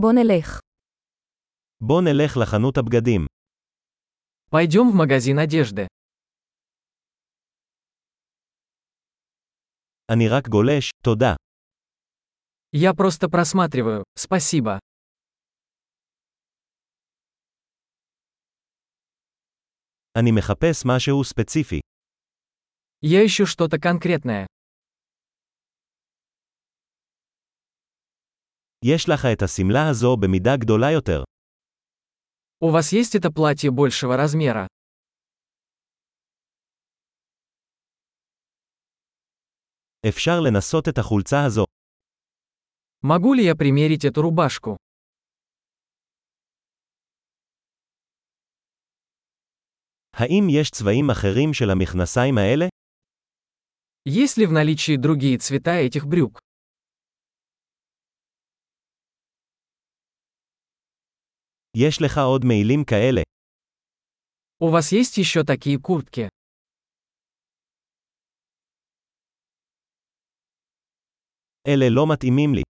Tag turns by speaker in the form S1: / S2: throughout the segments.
S1: בוא נלך.
S2: בוא נלך לחנות הבגדים.
S3: Пойдем в магазин одежды.
S2: אני רק גולש, תודה.
S3: Я просто просматриваю, спасибо.
S2: אני מחפש משהו ספציפי.
S3: Я ищу что-то конкретное.
S2: יש לך את השמלה הזו במידה גדולה יותר.
S3: У вас есть это платье большего размера?
S2: אפשר לנסות את החולצה הזו.
S3: Могу ли я примерить эту рубашку?
S2: האם יש צבעים אחרים של המכנסיים האלה?
S3: Есть ли в наличии другие цвета этих брюк?
S2: יש לך עוד מעילים כאלה.
S3: У вас есть еще такие куртки?
S2: אלה לא מתאימים לי.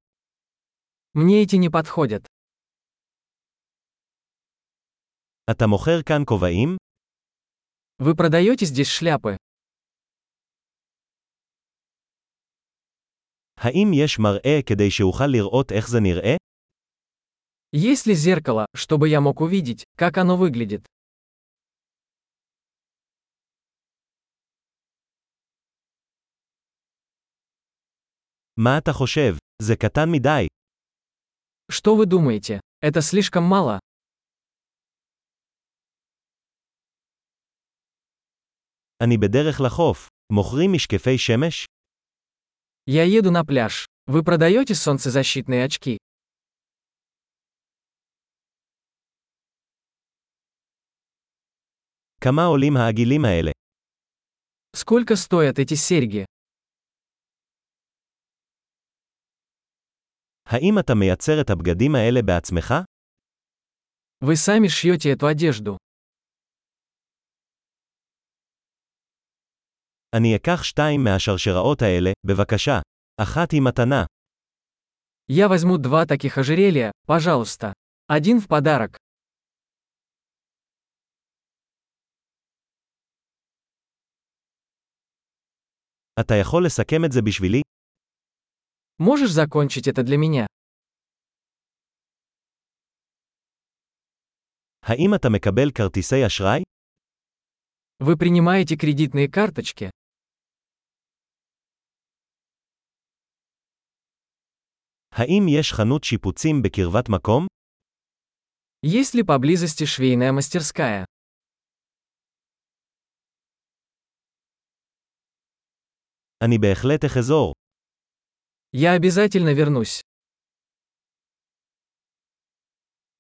S3: Мне эти не подходят.
S2: אתה מוכר כאן כובעים?
S3: Вы продаете здесь шляпы?
S2: האם יש מראה כדי שאוכל לראות איך זה נראה?
S3: Есть ли зеркало, чтобы я мог увидеть, как оно выглядит?
S2: מה אתה חושב? זה קטן מדי.
S3: Что вы думаете? Это слишком мало?
S2: אני בדרך לחוף. מוכרים משקפי שמש?
S3: Я еду на пляж. Вы продаете солнцезащитные очки?
S2: כמה עולים העגילים האלה?
S3: Сколько стоят эти серьги?
S2: האם אתה מייצר את הבגדים האלה בעצמך?
S3: Вы сами шьете эту одежду.
S2: אני אקח שתיים מהשרשראות האלה, בבקשה. אחת היא מתנה.
S3: Я возьму два таких ожерелья, пожалуйста. Один в подарок.
S2: אתה יכול לסכם את זה בשבילי?
S3: Можешь закончить это для меня?
S2: האם אתה מקבל כרטיסי אשראי?
S3: Вы принимаете кредитные карточки?
S2: האם יש חנות שיפוצים בקרבת מקום?
S3: Есть ли поблизости швейная мастерская?
S2: אני בהחלט אחזור.
S3: Я обязательно вернусь.